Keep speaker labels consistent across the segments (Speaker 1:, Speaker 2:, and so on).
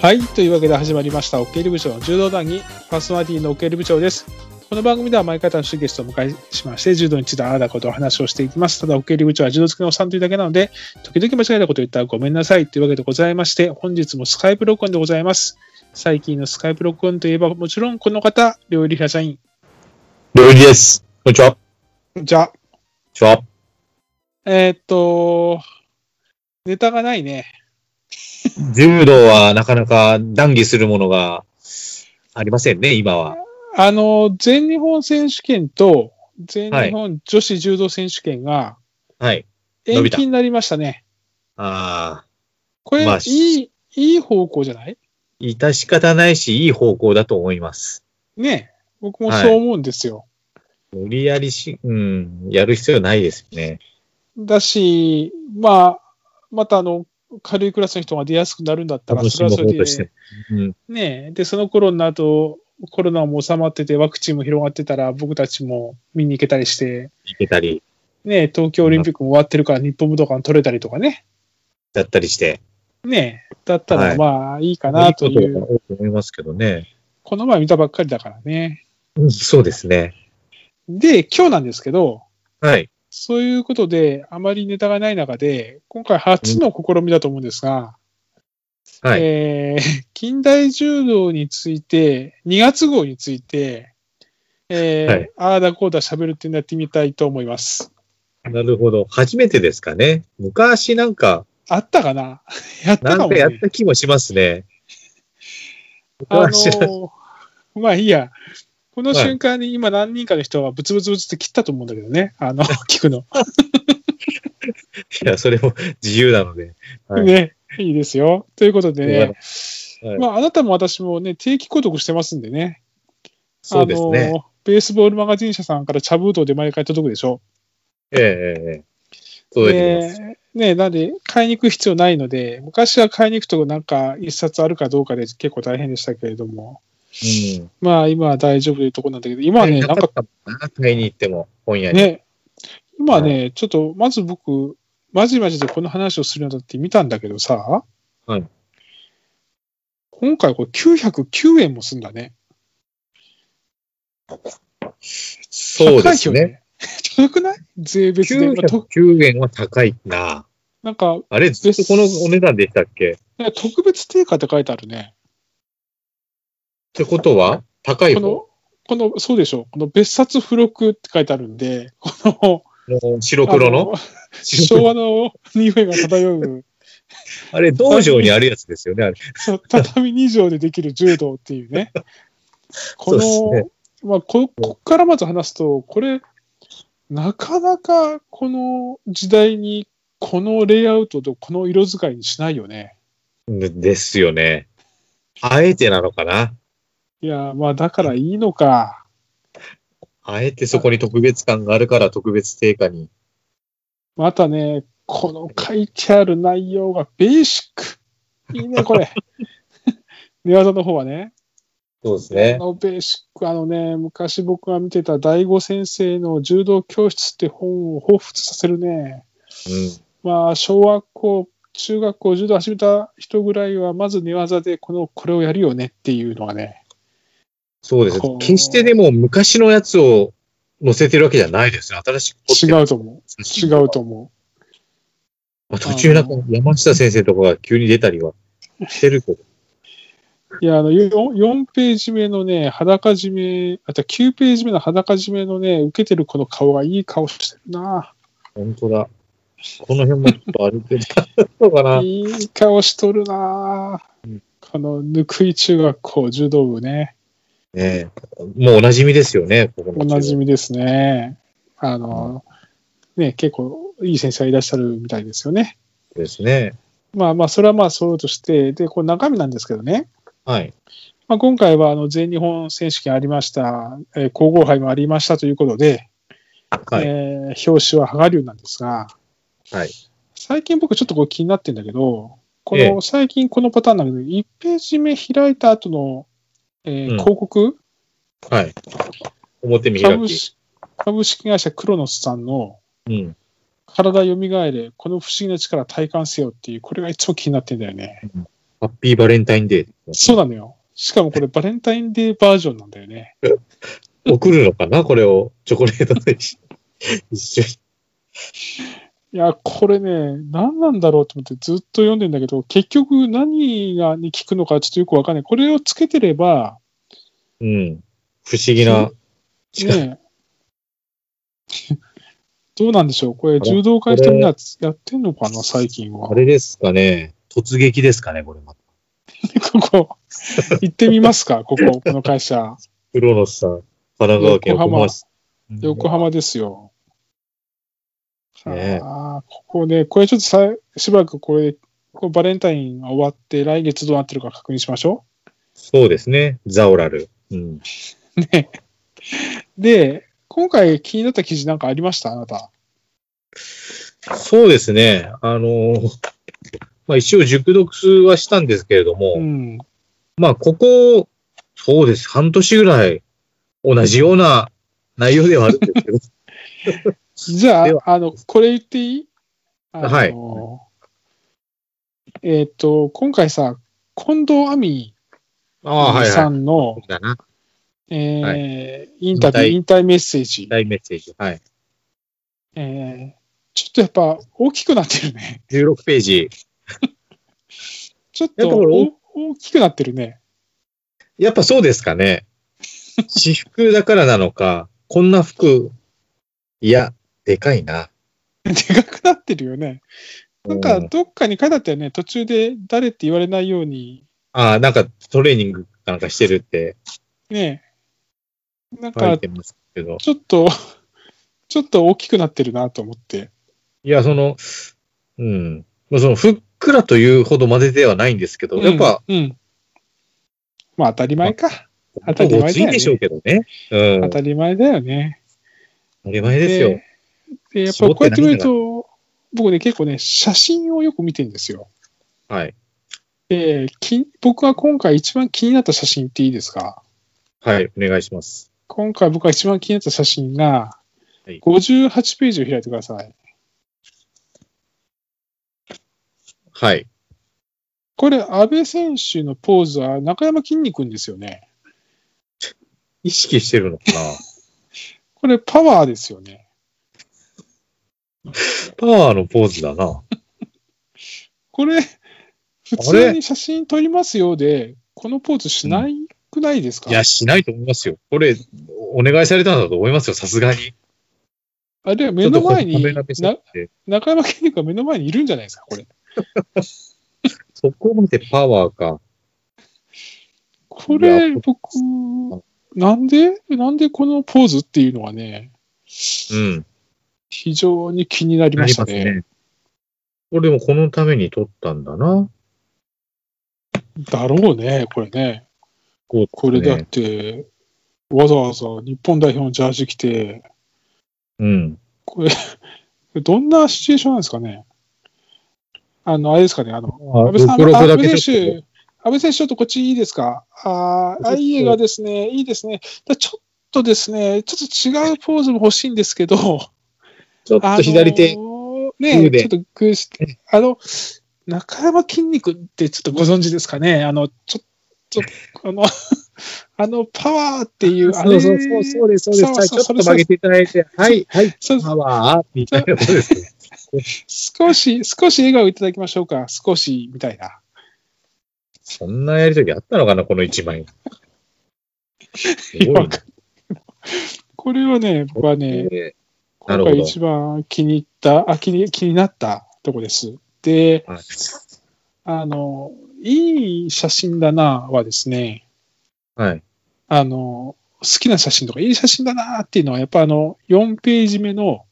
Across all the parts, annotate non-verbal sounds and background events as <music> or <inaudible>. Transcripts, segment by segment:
Speaker 1: はい。というわけで始まりました、オケル部長の柔道談義、パーソナリティのオケル部長です。この番組では毎回楽しいゲストをお迎えしまして、柔道についてあらだことをお話をしていきます。ただ、オケル部長は柔道好きのおっさんというだけなので、時々間違えたことを言ったらごめんなさいというわけでございまして、本日もスカイプ録音でございます。最近のスカイプ録音といえば、もちろんこの方、料理屋社員。
Speaker 2: 料理です。こんにちは。こ
Speaker 1: じゃあ、
Speaker 2: んにちは。
Speaker 1: えーっと、ネタがないね。
Speaker 2: 柔道はなかなか談義するものがありませんね、今は。
Speaker 1: あの、全日本選手権と全日本女子柔道選手権が
Speaker 2: はい。伸
Speaker 1: 延
Speaker 2: びた
Speaker 1: 期になりましたね。
Speaker 2: ああ、
Speaker 1: これ、
Speaker 2: まあ
Speaker 1: いい、いい方向じゃない
Speaker 2: 致し方ないし、いい方向だと思います。
Speaker 1: ねえ僕もそう思うんですよ。
Speaker 2: 無理やりし、うん、やる必要ないですね。
Speaker 1: だし、まあ、またあの、軽いクラスの人が出やすくなるんだったら、
Speaker 2: 楽
Speaker 1: そ
Speaker 2: し
Speaker 1: れ
Speaker 2: む
Speaker 1: はそ
Speaker 2: 方
Speaker 1: れ
Speaker 2: として
Speaker 1: で、。
Speaker 2: うん、
Speaker 1: ねえで、その頃になると、コロナも収まってて、ワクチンも広がってたら、僕たちも見に行けたりして、
Speaker 2: いけたり、
Speaker 1: ねえ東京オリンピックも終わってるから、日本武道館取れたりとかね。
Speaker 2: だったりして。
Speaker 1: ねえだった
Speaker 2: は
Speaker 1: ら、
Speaker 2: い
Speaker 1: まあ、いいか
Speaker 2: い
Speaker 1: ないと
Speaker 2: こ
Speaker 1: いう。
Speaker 2: とが多いと思いますけどね。
Speaker 1: この前見たばっかりだからね。
Speaker 2: うん、そうですね。
Speaker 1: で、今日なんですけど、
Speaker 2: はい。
Speaker 1: そういうことで、あまりネタがない中で、今回初の試みだと思うんですが、
Speaker 2: はい。
Speaker 1: えー <laughs> 近代柔道について、2月号について、えー
Speaker 2: はい
Speaker 1: ああだこうだ喋るっていうのやってみたいと思います。
Speaker 2: なるほど。初めてですかね。昔なんか、
Speaker 1: あったかな <laughs> やったか
Speaker 2: なん
Speaker 1: も、
Speaker 2: か
Speaker 1: ね。
Speaker 2: やった気もしますね。
Speaker 1: あの
Speaker 2: 昔なんか
Speaker 1: ーまあいいや。この
Speaker 2: はい
Speaker 1: 瞬間に今何人かの人がブツブツブツって切ったと思うんだけどね。あの、聞くの。
Speaker 2: いや、それも自由なので。はい
Speaker 1: ね。いいですよ。ということでね。
Speaker 2: はい
Speaker 1: まあ、あなたも私もね、定期購読してますんでね。
Speaker 2: そうです
Speaker 1: あ
Speaker 2: ね。
Speaker 1: のベースボールマガジン社さんから茶封筒で毎回届くでしょ。
Speaker 2: ええええええ。届いてきます。
Speaker 1: ねねなんで、買いに行く必要ないので、昔は買いに行くとなんか一冊あるかどうかで結構大変でしたけれども、
Speaker 2: うん。
Speaker 1: まあ今は大丈夫というところなんだけど、今はね、
Speaker 2: な
Speaker 1: なんか
Speaker 2: かったもんな、買いに行っても、本屋に。
Speaker 1: ね、今はね、ちょっとまず僕、まじまじでこの話をするようになって見たんだけどさ、
Speaker 2: はい
Speaker 1: 今回これ909円もすんだね。
Speaker 2: そうですね。
Speaker 1: 高いよね。高くない税別で。まあと
Speaker 2: 909円は高いな。
Speaker 1: なんか、
Speaker 2: あれ、ずっとこのお値段でしたっけっ
Speaker 1: なんか特別定価って書いてあるね。
Speaker 2: てことは、高い
Speaker 1: こ
Speaker 2: 方
Speaker 1: の、この、そうでしょ。この別冊付録って書いてあるんで、この、
Speaker 2: の白黒の
Speaker 1: あ昭和の匂いが漂う、
Speaker 2: あれ、道場にあるやつですよね、あれ。
Speaker 1: そう畳2畳でできる柔道っていうね。この、
Speaker 2: <laughs> そうですね
Speaker 1: まあこ、こっからまず話すと、これ、なかなかこの時代に、このレイアウトとこの色使いにしないよね。
Speaker 2: ですよね。あえてなのかない
Speaker 1: や、まあだからいいのか。
Speaker 2: あえてそこに特別感があるから特別定価に。
Speaker 1: またね、この書いてある内容がベーシック。いいね、これ。寝技の方はね。
Speaker 2: そうですね
Speaker 1: あ。のベーシック、あのね、昔僕が見てた大悟先生の柔道教室って本を彷彿させるね。
Speaker 2: う
Speaker 1: まあ、小学校、中学校、柔道始めた人ぐらいは、まず寝技でこの、これをやるよねっていうのがね。
Speaker 2: そうです
Speaker 1: こう。
Speaker 2: 決してでも昔のやつを載せてるわけじゃないですね。新しく撮って
Speaker 1: 違
Speaker 2: る
Speaker 1: うと思う。違うと思
Speaker 2: まあ、途中なんか山下先生とかが急に出たりはしてるけど。
Speaker 1: う。いや、あの、4, 4ページ目のね、裸締め、あと9ページ目の裸締めのね、受けてる子の顔がいい顔してるな。
Speaker 2: 本当だ。この辺もちょっと歩けたの
Speaker 1: <laughs>
Speaker 2: かな。
Speaker 1: いい顔しとるな
Speaker 2: うん。
Speaker 1: この、ぬくい中学校柔道部ね。
Speaker 2: ねえもうお馴染みですよね、ここの
Speaker 1: おなじみですね。あの、ね、結構いい先生がいらっしゃるみたいですよね。
Speaker 2: ですね。
Speaker 1: まあまあ、それはまあそうとして、で、こう中身なんですけどね。
Speaker 2: はい。
Speaker 1: まあ、今回はあの全日本選手権ありました、えー皇后杯もありましたということで、
Speaker 2: はい。
Speaker 1: えー表紙は羽賀龍なんですが、
Speaker 2: はい
Speaker 1: 最近僕ちょっとこう気になってんだけど、こ
Speaker 2: ええ
Speaker 1: の最近このパターンなんだけど、1ページ目開いた後の、えー
Speaker 2: うん
Speaker 1: 広告、
Speaker 2: はい。表見開
Speaker 1: 株
Speaker 2: き。
Speaker 1: 式株式会社クロノスさんの、
Speaker 2: うん。
Speaker 1: 体よみがえれ、この不思議な力体感せよっていう、これがいつも気になってんだよね。
Speaker 2: ハッピーバレンタインデー。
Speaker 1: そうなのよ。しかもこれバレンタインデーバージョンなんだよね。
Speaker 2: 送るのかなこれを、チョコレートと一緒 <laughs> 一緒に。
Speaker 1: いや、これね、何なんだろうと思ってずっと読んでんだけど、結局何がに効くのかちょっとよくわかんない。これをつけてれば、
Speaker 2: うん。不思議な。違う
Speaker 1: ねえ <laughs> どうなんでしょうこれ、柔道会してみんなやってんのかな最近は
Speaker 2: あ。れですかね。突撃ですかね、これ。
Speaker 1: <laughs> ここ、行ってみますか
Speaker 2: <laughs>
Speaker 1: ここ、この会社。
Speaker 2: プロのさん、神奈川県
Speaker 1: 横浜
Speaker 2: 市。うん
Speaker 1: 横浜ですよ。
Speaker 2: ねえ
Speaker 1: ああ、ここね、これちょっとさしばらくこれ、こうバレンタインが終わって、来月どうなってるか確認しましょ
Speaker 2: そうですね。ザオラル。うん。
Speaker 1: う。で、今回気になった記事なんかありましたあなた。
Speaker 2: そうですね。あの、まあ、一応熟読はしたんですけれども、
Speaker 1: うん。
Speaker 2: まあ、ここ、そうです。半年ぐらい、同じような内容ではあるんですけど、
Speaker 1: じゃ
Speaker 2: では
Speaker 1: あ、あの、これ言っていいあの
Speaker 2: はい
Speaker 1: えっ、と、今回さ、近藤亜美
Speaker 2: <laughs> ああ、はい
Speaker 1: さ
Speaker 2: は
Speaker 1: んの、
Speaker 2: い。だな。
Speaker 1: えー
Speaker 2: は
Speaker 1: インタビュー、引退メッセージ、
Speaker 2: 大メッセージ。はい。
Speaker 1: えーちょっとやっぱ大きくなってるね。 <laughs>
Speaker 2: 16ページ。
Speaker 1: ちょっ
Speaker 2: や
Speaker 1: と
Speaker 2: っぱこれ
Speaker 1: お大きくなってるね。 <laughs>
Speaker 2: やっぱそうですかね。私服だからなのか、こんな服、いや、でかいな。
Speaker 1: でかくなってるよね。なん
Speaker 2: う
Speaker 1: かどっかに書いてあったよね。途中で誰って言われないように、
Speaker 2: ああ、なんかトレーニングかなんかしてるって
Speaker 1: ね。なん
Speaker 2: 書
Speaker 1: か
Speaker 2: いてますけど。
Speaker 1: ちょっと、 <laughs> ちょっと大きくなってるなと思って。
Speaker 2: いや、その、うん。まあその、ふっくらというほどまでではないんですけど、やっぱ、
Speaker 1: うん、うんまあ当たり前か。当たり前だよね
Speaker 2: ごついんでしょうけどね。うん。
Speaker 1: 当
Speaker 2: 当
Speaker 1: たり前だよね。
Speaker 2: たり前ですよ。
Speaker 1: で、やっぱこうやって見ると、僕ね、結構ね、写真をよく見てるんですよ。
Speaker 2: はい。
Speaker 1: で、き僕は今回一番気になった写真っていいですか
Speaker 2: はい、お願いします。
Speaker 1: 今回僕が一番気になった写真が
Speaker 2: はい、
Speaker 1: 58ページを開いてください。
Speaker 2: はい。
Speaker 1: これ、安倍選手のポーズは中山きんに君ですよね。
Speaker 2: 意識してるのか
Speaker 1: これ、パワーですよね。
Speaker 2: なパワーのポーズだな。
Speaker 1: これ、普通に写真撮りますようで、このポーズしないくないですか、
Speaker 2: いや、しないと思いますよ。これ、お願いされたんだと思いますよ、さすがに。
Speaker 1: あるいは目の前に
Speaker 2: ちょっとこうカメラ目線
Speaker 1: な、
Speaker 2: って
Speaker 1: 中山きんに君が目の前にいるんじゃないですか、これ。
Speaker 2: そこまでパワーか。
Speaker 1: これ
Speaker 2: い、や
Speaker 1: 僕、なんでなんでこのポーズっていうのはね、
Speaker 2: うん。
Speaker 1: 非常に気になりましたね。。
Speaker 2: これもこのために撮ったんだな。
Speaker 1: だろうね、これね。
Speaker 2: こう
Speaker 1: これだって、わざわざ日本代表のジャージ着て、
Speaker 2: うん。
Speaker 1: これ、どんなシチュエーションなんですかね。あの、あれですかね、あの、安倍さん、あ安倍選手、安倍選手、ちょっとこっちいいですか。あーあ、いい絵がですね、いいですね。だちょっとですね、ちょっと違うポーズも欲しいんですけ
Speaker 2: <laughs>
Speaker 1: ど、
Speaker 2: ちょっと左手
Speaker 1: あ。のーね
Speaker 2: 腕
Speaker 1: ちょっとグーして、あの、中山筋肉ってちょっとご存知ですかねあの、ちょっと、あの、 <laughs> あの、パワーっていう、あ
Speaker 2: そ
Speaker 1: れ
Speaker 2: うそうそう、そうです、そうです。はいち
Speaker 1: そ
Speaker 2: ょ
Speaker 1: う
Speaker 2: っ
Speaker 1: そ
Speaker 2: と
Speaker 1: うそう
Speaker 2: 曲げていただいて、はい、はい、
Speaker 1: そう
Speaker 2: パワー、みたいなことですね。
Speaker 1: 少し、少し笑顔いただきましょうか。少し、みたいな。
Speaker 2: そんなやりとりあったのかな、この一枚。すごい
Speaker 1: わか <laughs> これはね、僕はね、
Speaker 2: ね。な
Speaker 1: 今
Speaker 2: るほど
Speaker 1: 回一番気に入った、あ、気に、気になったとこです。で、
Speaker 2: はい
Speaker 1: あの、いい写真だなはですね、
Speaker 2: はい。
Speaker 1: あの、好きな写真とか、いい写真だなっていうのは、やっぱあの、4ページ目の、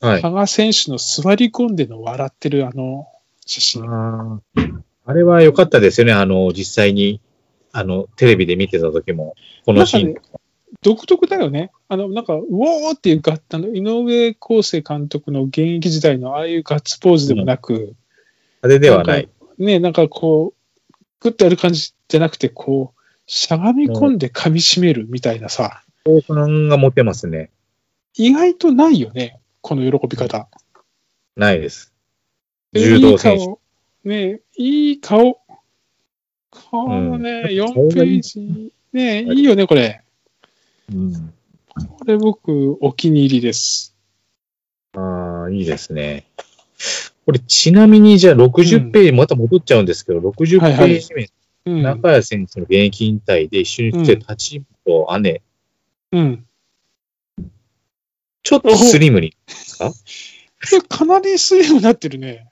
Speaker 2: はい。
Speaker 1: 羽賀選手の座り込んでの笑ってるあの、写真。
Speaker 2: あーあれは良かったですよね。あの、実際に、あの、テレビで見てた時も、このシーン。
Speaker 1: 独特だよね。あの、なんか、うおーっていうガッ、あの、井上康生監督の現役時代のああいうガッツポーズでもなく、
Speaker 2: あれではない。
Speaker 1: ね、なんかこう、グッとやる感じじゃなくて、こう、しゃがみ込んで噛み締めるみたいなさ、
Speaker 2: 興奮が持てますね。
Speaker 1: 意外とないよね。この喜び方。
Speaker 2: ないです。
Speaker 1: で
Speaker 2: 柔道選手
Speaker 1: いい顔。ねいい顔。このね、4ページ。ねいいよね、これ。
Speaker 2: うん。
Speaker 1: これ僕、お気に入りです。
Speaker 2: ああ、いいですね。これ、ちなみに、じゃあ60ページ、また戻っちゃうんですけど、60ペ
Speaker 1: はいはい
Speaker 2: ージ目、
Speaker 1: うん。
Speaker 2: 中谷選手の現役引退で一緒に来てたチームと姉、
Speaker 1: うん。
Speaker 2: ちょっとスリムに
Speaker 1: いや、かなりスリムになってるね。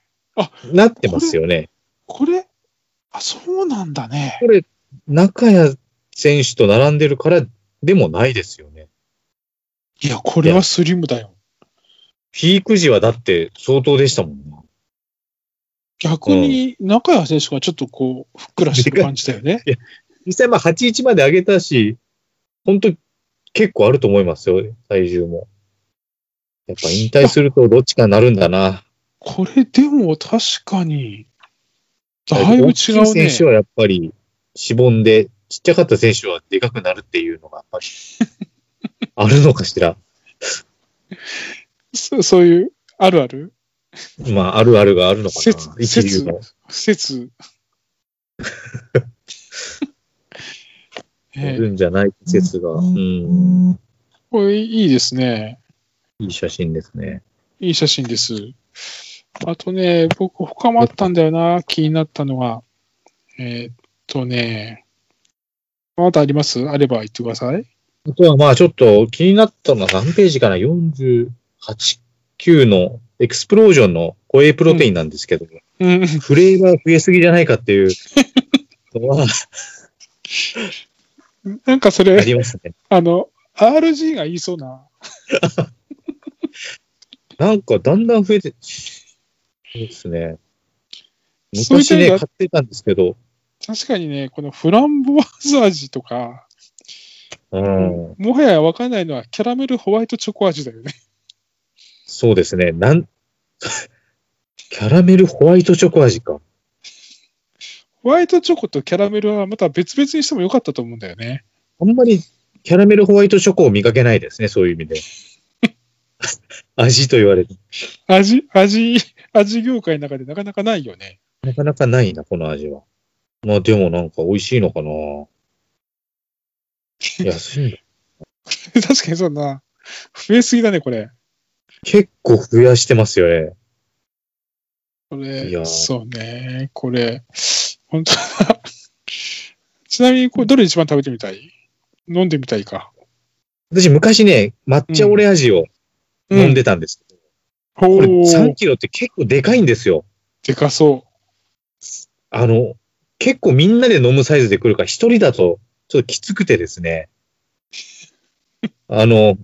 Speaker 2: なってますよね。
Speaker 1: これ、あ、そうなんだね。
Speaker 2: これ、中谷選手と並んでるからでもないですよね。
Speaker 1: いや、これはスリムだよ。
Speaker 2: ピーク時はだって相当でしたもんな。
Speaker 1: 逆に、中谷選手がちょっとこう、ふっくらしてる感じだよね。
Speaker 2: 実際、まあ、81まで上げたし、本当結構あると思いますよ、体重も。やっぱ引退するとどっちかになるんだな。
Speaker 1: これでも確かに、だいぶ違う
Speaker 2: 大きい
Speaker 1: ね。
Speaker 2: 選手はやっぱり、しぼんで、ちっちゃかった選手はでかくなるっていうのが、やっぱり、
Speaker 1: <laughs>
Speaker 2: あるのかしら。
Speaker 1: そそういう、あるある
Speaker 2: まあ、あるあるがあるのかな
Speaker 1: 説。
Speaker 2: 一流の。 <laughs>
Speaker 1: 説。
Speaker 2: い
Speaker 1: ええ
Speaker 2: るんじゃない説が、うん、
Speaker 1: これいいですね。
Speaker 2: いい写真ですね。
Speaker 1: いい写真です。あとね、僕他もあったんだよな、気になったのは。えーっとね、まだありますあれば言ってください。
Speaker 2: あとは、まあ、ちょっと気になったのは何ページかな ?48、9のエクスプロージョンのホエイプロテインなんですけど、
Speaker 1: うん。
Speaker 2: フレーバー増えすぎじゃないかっていうのは
Speaker 1: なんかそ
Speaker 2: あ
Speaker 1: れ、
Speaker 2: りますね。
Speaker 1: あの、RG が言いそうな。
Speaker 2: なんか、だんだん増えて、そうですね。
Speaker 1: そういう
Speaker 2: 昔
Speaker 1: 点で
Speaker 2: ね、
Speaker 1: は
Speaker 2: 買ってたんですけど、
Speaker 1: 確かにね、このフランボワーズ味とか、
Speaker 2: うん、
Speaker 1: もはやわかんないのはキャラメルホワイトチョコ味だよね。 <laughs>
Speaker 2: そうですね。なん、 <laughs> キャラメルホワイトチョコ味か。
Speaker 1: ホワイトチョコとキャラメルはまた別々にしてもよかったと思うんだよね。
Speaker 2: あんまりキャラメルホワイトチョコを見かけないですね、そういう意味で。 <laughs> 味と言われて。
Speaker 1: 味、味、味業界の中でなかなかないよね。 <laughs>
Speaker 2: なかなかないな、この味は。まあでもなんか美味しいのかな安い <laughs> んだ。
Speaker 1: 確かにそんな、増えすぎだね、これ。
Speaker 2: 結構増やしてますよね。
Speaker 1: こ
Speaker 2: いや
Speaker 1: れ、
Speaker 2: ー
Speaker 1: そうね、これ、本当だ。 <laughs> ちなみに、これ、どれ一番食べてみたい飲んでみたいか。
Speaker 2: 私昔ね、抹茶オレ味を飲ん
Speaker 1: で。
Speaker 2: でたんです。
Speaker 1: ほ
Speaker 2: これ
Speaker 1: ー
Speaker 2: 3、キロって結構でかいんですよ。
Speaker 1: でかそ
Speaker 2: あの、結構みんなで飲むサイズで来るから、一人だとちょっときつくてですね。あの、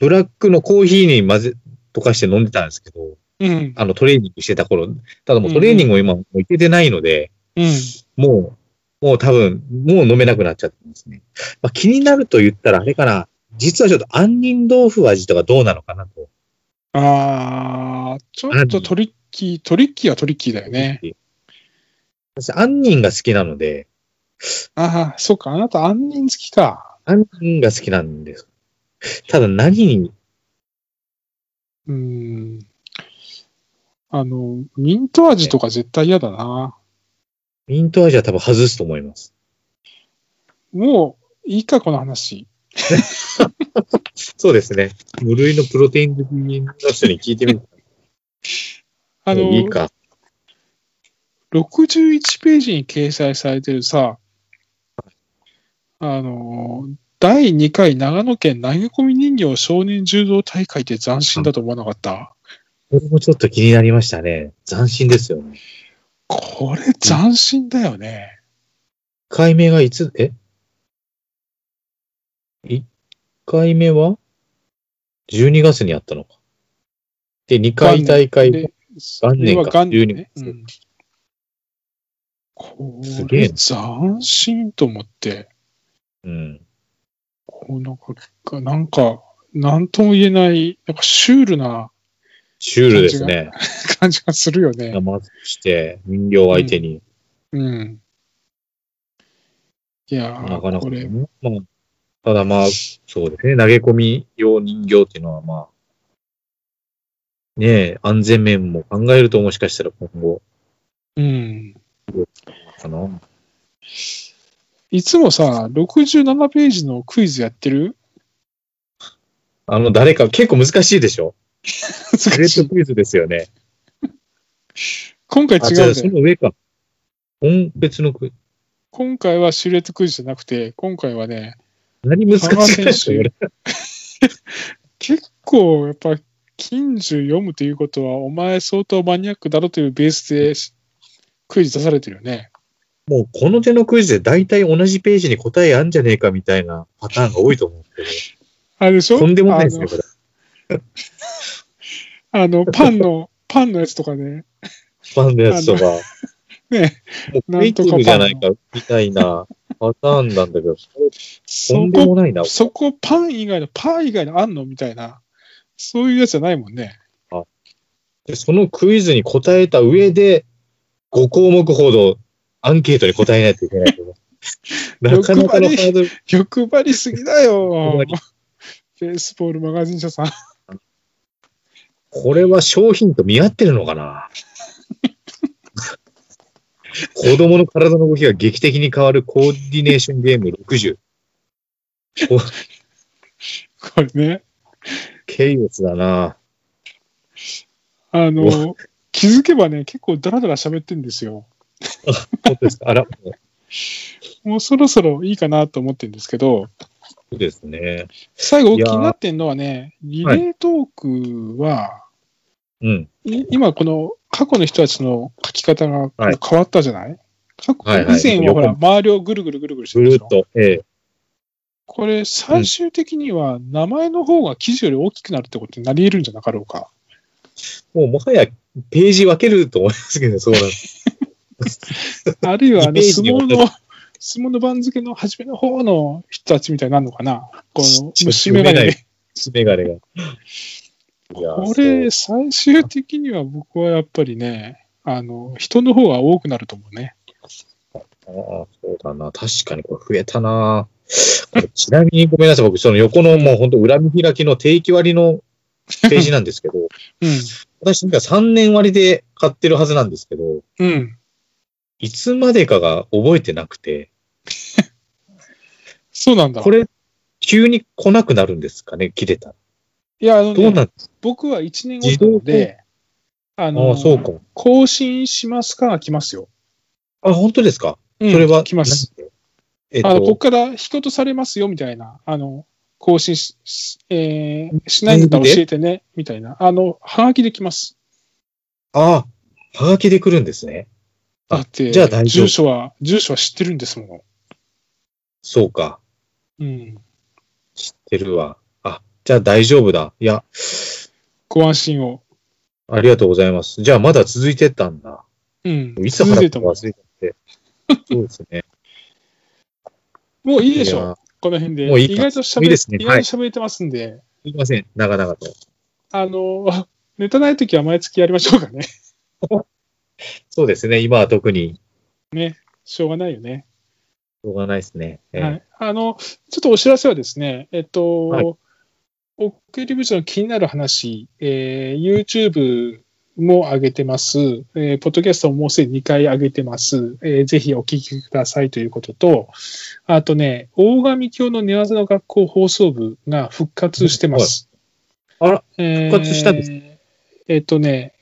Speaker 2: ブラックのコーヒーに混ぜ、溶かして飲んでたんですけど、
Speaker 1: う。うん。
Speaker 2: あのトレーニングしてた頃、ただもうトレーニングも今もういけてないので、
Speaker 1: うん。
Speaker 2: もう、もう多分、もう飲めなくなっちゃってますね。まあ、気になると言ったらあれかな、実はちょっと杏仁豆腐味とかどうなのかなと。
Speaker 1: あー、ちょっとトリッキー、トリッキーはトリッキーだよね。。
Speaker 2: 私、杏仁が好きなので、
Speaker 1: あー、そうか、あなた、杏仁好きか。
Speaker 2: 杏仁が好きなんです。ただ何に、
Speaker 1: うん。あの、ミント味とか絶対嫌だな。
Speaker 2: ミント味は多分外すと思います。
Speaker 1: もう、いいか、この話。
Speaker 2: そうですね。無類のプロテイン好きの人に聞いてみ <laughs> る
Speaker 1: あの、
Speaker 2: いいか。
Speaker 1: 61ページに掲載されてるさ、あの、第2回長野県投げ込み人形少年柔道大会って斬新だと思わなかった。
Speaker 2: これもちょっと気になりましたね。斬新ですよね。
Speaker 1: これ斬新だよね。
Speaker 2: 一回目がいつ、え一回目は ?12 月にあったのか。で、二回大会
Speaker 1: で
Speaker 2: 後、元年か
Speaker 1: 今元年ね。
Speaker 2: 12
Speaker 1: うんこ
Speaker 2: すげえ
Speaker 1: れ
Speaker 2: な
Speaker 1: 斬新と思って、
Speaker 2: うん。
Speaker 1: こうなんか、なんか、なんとも言えない、なんかシュールな
Speaker 2: シュールですね。
Speaker 1: 感じがするよね。
Speaker 2: 生して、人形相手に、
Speaker 1: うん。いやー
Speaker 2: なかなか
Speaker 1: これ
Speaker 2: ね、まあ、ただまあ、そうですね。投げ込み用人形っていうのはまあ、ねえ、安全面も考えるともしかしたら今後、
Speaker 1: うん。
Speaker 2: かな。
Speaker 1: いつもさ、67ページのクイズやってる
Speaker 2: あの、誰か、結構難しい
Speaker 1: <laughs>
Speaker 2: でしょグレ
Speaker 1: 難し
Speaker 2: ー
Speaker 1: い
Speaker 2: トクイズですよね。
Speaker 1: 今回
Speaker 2: あ、
Speaker 1: 違
Speaker 2: 違
Speaker 1: う
Speaker 2: う、そ
Speaker 1: ぜ。
Speaker 2: の上か。本別のクイズ。
Speaker 1: 今回はシルエットクイズじゃなくて、今回はね、
Speaker 2: 何難しいでしょ
Speaker 1: 河結構やっぱ近所読むということは、お前相当マニアックだろというベースでクイズ出されてるよね。
Speaker 2: もうこの手のクイズで大体同じページに答えあんじゃねえかみたいなパターンが多いと思うんです
Speaker 1: あれでし
Speaker 2: け
Speaker 1: ょ
Speaker 2: ど、とんでもないですね、これ。
Speaker 1: あの、あのパンの、パンのやつとかね。
Speaker 2: パンのやつとか。 <laughs>
Speaker 1: ね
Speaker 2: もうクイックルじゃないかみたいなパターンなんだけど、と
Speaker 1: そ
Speaker 2: んで
Speaker 1: こ、
Speaker 2: もないな。
Speaker 1: そこパン以外の、パー以外のあんのみたいな。そういうやつじゃないもんね。
Speaker 2: でそのクイズに答えた上で、5項目ほどアンケートに答えないといけないけど。なかなかのハードル
Speaker 1: 欲張りすぎだよ
Speaker 2: 欲張り。
Speaker 1: ベースボールマガジン社さん。
Speaker 2: これは商品と見合ってるのかな子供の体の動きが劇的に変わるコーディネーションゲーム60。
Speaker 1: これね。
Speaker 2: ケイオスだな
Speaker 1: あの、気づけばね、結構ダラダラ喋ってんですよ。
Speaker 2: 本当ですかあら、そ
Speaker 1: もうそろそろいいかなと思ってるんですけど、
Speaker 2: うですね。
Speaker 1: 最後
Speaker 2: い
Speaker 1: 気
Speaker 2: やー
Speaker 1: になってんのはね、リレートークは、
Speaker 2: うん。
Speaker 1: い今この過去の人たちの書き方が
Speaker 2: はい
Speaker 1: 変わったじゃない、過去
Speaker 2: はいはい
Speaker 1: 以前はほら、
Speaker 2: 横
Speaker 1: 周りをぐるぐるぐるぐるして
Speaker 2: ぐ
Speaker 1: る
Speaker 2: る
Speaker 1: で
Speaker 2: っ
Speaker 1: しょ。
Speaker 2: と、ええ。
Speaker 1: これ、最終的には名前の方が記事より大きくなるってことになり得るんじゃなかろうか。
Speaker 2: <laughs> もうもはやページ分けると思いますけど、そうなんです。
Speaker 1: あるいはあ
Speaker 2: イ
Speaker 1: の
Speaker 2: メージ
Speaker 1: 相
Speaker 2: に
Speaker 1: 撲
Speaker 2: よ
Speaker 1: の、相撲の番付の初めの方の人たちみたいになるのかな。この
Speaker 2: し
Speaker 1: 虫眼鏡
Speaker 2: 虫眼鏡メガネが。いや
Speaker 1: こ
Speaker 2: そう
Speaker 1: れ、最終的には僕はやっぱりね、あの、人の方が多くなると思うね。
Speaker 2: ああ、そうだな。確かにこれ増えたな。これちなみにごめんなさい。僕、その横のもう本当裏見開きの定期割のページなんですけど、 <laughs>
Speaker 1: う
Speaker 2: 私なんか3年割で買ってるはずなんですけど、
Speaker 1: ん。うん。
Speaker 2: いつまでかが覚えてなくて、
Speaker 1: そうなんだ。
Speaker 2: これ、急に来なくなるんですかね、切れたら。
Speaker 1: いや、あのね
Speaker 2: どうなんです
Speaker 1: 僕は1年後なので、あ
Speaker 2: か、
Speaker 1: の
Speaker 2: ああ、そうか。
Speaker 1: 更新しますかが来ますよ。
Speaker 2: あ、本当ですか、
Speaker 1: うん
Speaker 2: それは。
Speaker 1: 来ます。。
Speaker 2: えっ
Speaker 1: あの、ここ
Speaker 2: と、
Speaker 1: から引き落とされますよ、みたいな。あの、更新し、しえーしないんだったら教えてね、みたいな。あの、はがきできます。
Speaker 2: ああ、はがきで来るんですね。あ
Speaker 1: だって、
Speaker 2: じゃあ大丈夫
Speaker 1: 住所は、住所は知ってるんですも
Speaker 2: そうか。
Speaker 1: ん。うん。
Speaker 2: 知ってるわ。あ、じゃあ大丈夫だ。いや、
Speaker 1: ご安心を。
Speaker 2: ありがとうございます。じゃあまだ続いてたんだ。
Speaker 1: うん。
Speaker 2: いつ
Speaker 1: 続
Speaker 2: 払
Speaker 1: て
Speaker 2: ったか
Speaker 1: も
Speaker 2: 忘れちゃって。そうですね。
Speaker 1: も <laughs> ういいでし
Speaker 2: い
Speaker 1: ょ
Speaker 2: や。
Speaker 1: この辺で。
Speaker 2: もういいか
Speaker 1: 意外と喋
Speaker 2: いいですね
Speaker 1: 意外と喋れてますんで、
Speaker 2: すいません。長々と。
Speaker 1: あの、 <laughs> ネタないときは毎月やりましょうかね。
Speaker 2: そうですね。今は特に、
Speaker 1: しょうがないよね。
Speaker 2: しょうがないですね。えー
Speaker 1: はい、あのちょっとお知らせはですね、えっと、
Speaker 2: はい
Speaker 1: おけり部長の気になる話、えー YouTube も上げてます、えーポッドキャストももうすでに2回上げてます、えーぜひお聞きくださいということと、あとね、大神教の寝技の学校放送部が復活してます。
Speaker 2: はいあら、
Speaker 1: 復
Speaker 2: 復活したんです
Speaker 1: えっとね、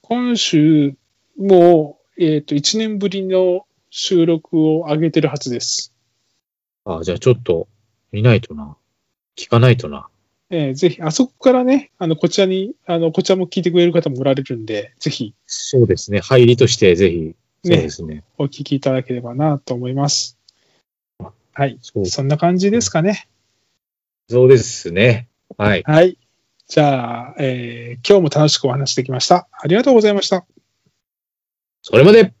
Speaker 1: 今週、もう、えっと、1年ぶりの収録を上げてるはずです。
Speaker 2: あ、じゃあちょっと、見ないとな。聞かないとな。
Speaker 1: えーぜひ、あそこからね、あの、こちらに、あの、こちらも聞いてくれる方もおられるんで、ぜひ、
Speaker 2: そうですね。入りとして、ぜひ。そう
Speaker 1: ね
Speaker 2: で、すね。
Speaker 1: お聞きいただければなと思います。はい。
Speaker 2: そう
Speaker 1: そんな感じですかね。
Speaker 2: そうですね。はい。
Speaker 1: はい。じゃあ、えー今日も楽しくお話できました。ありがとうございました。
Speaker 2: それまで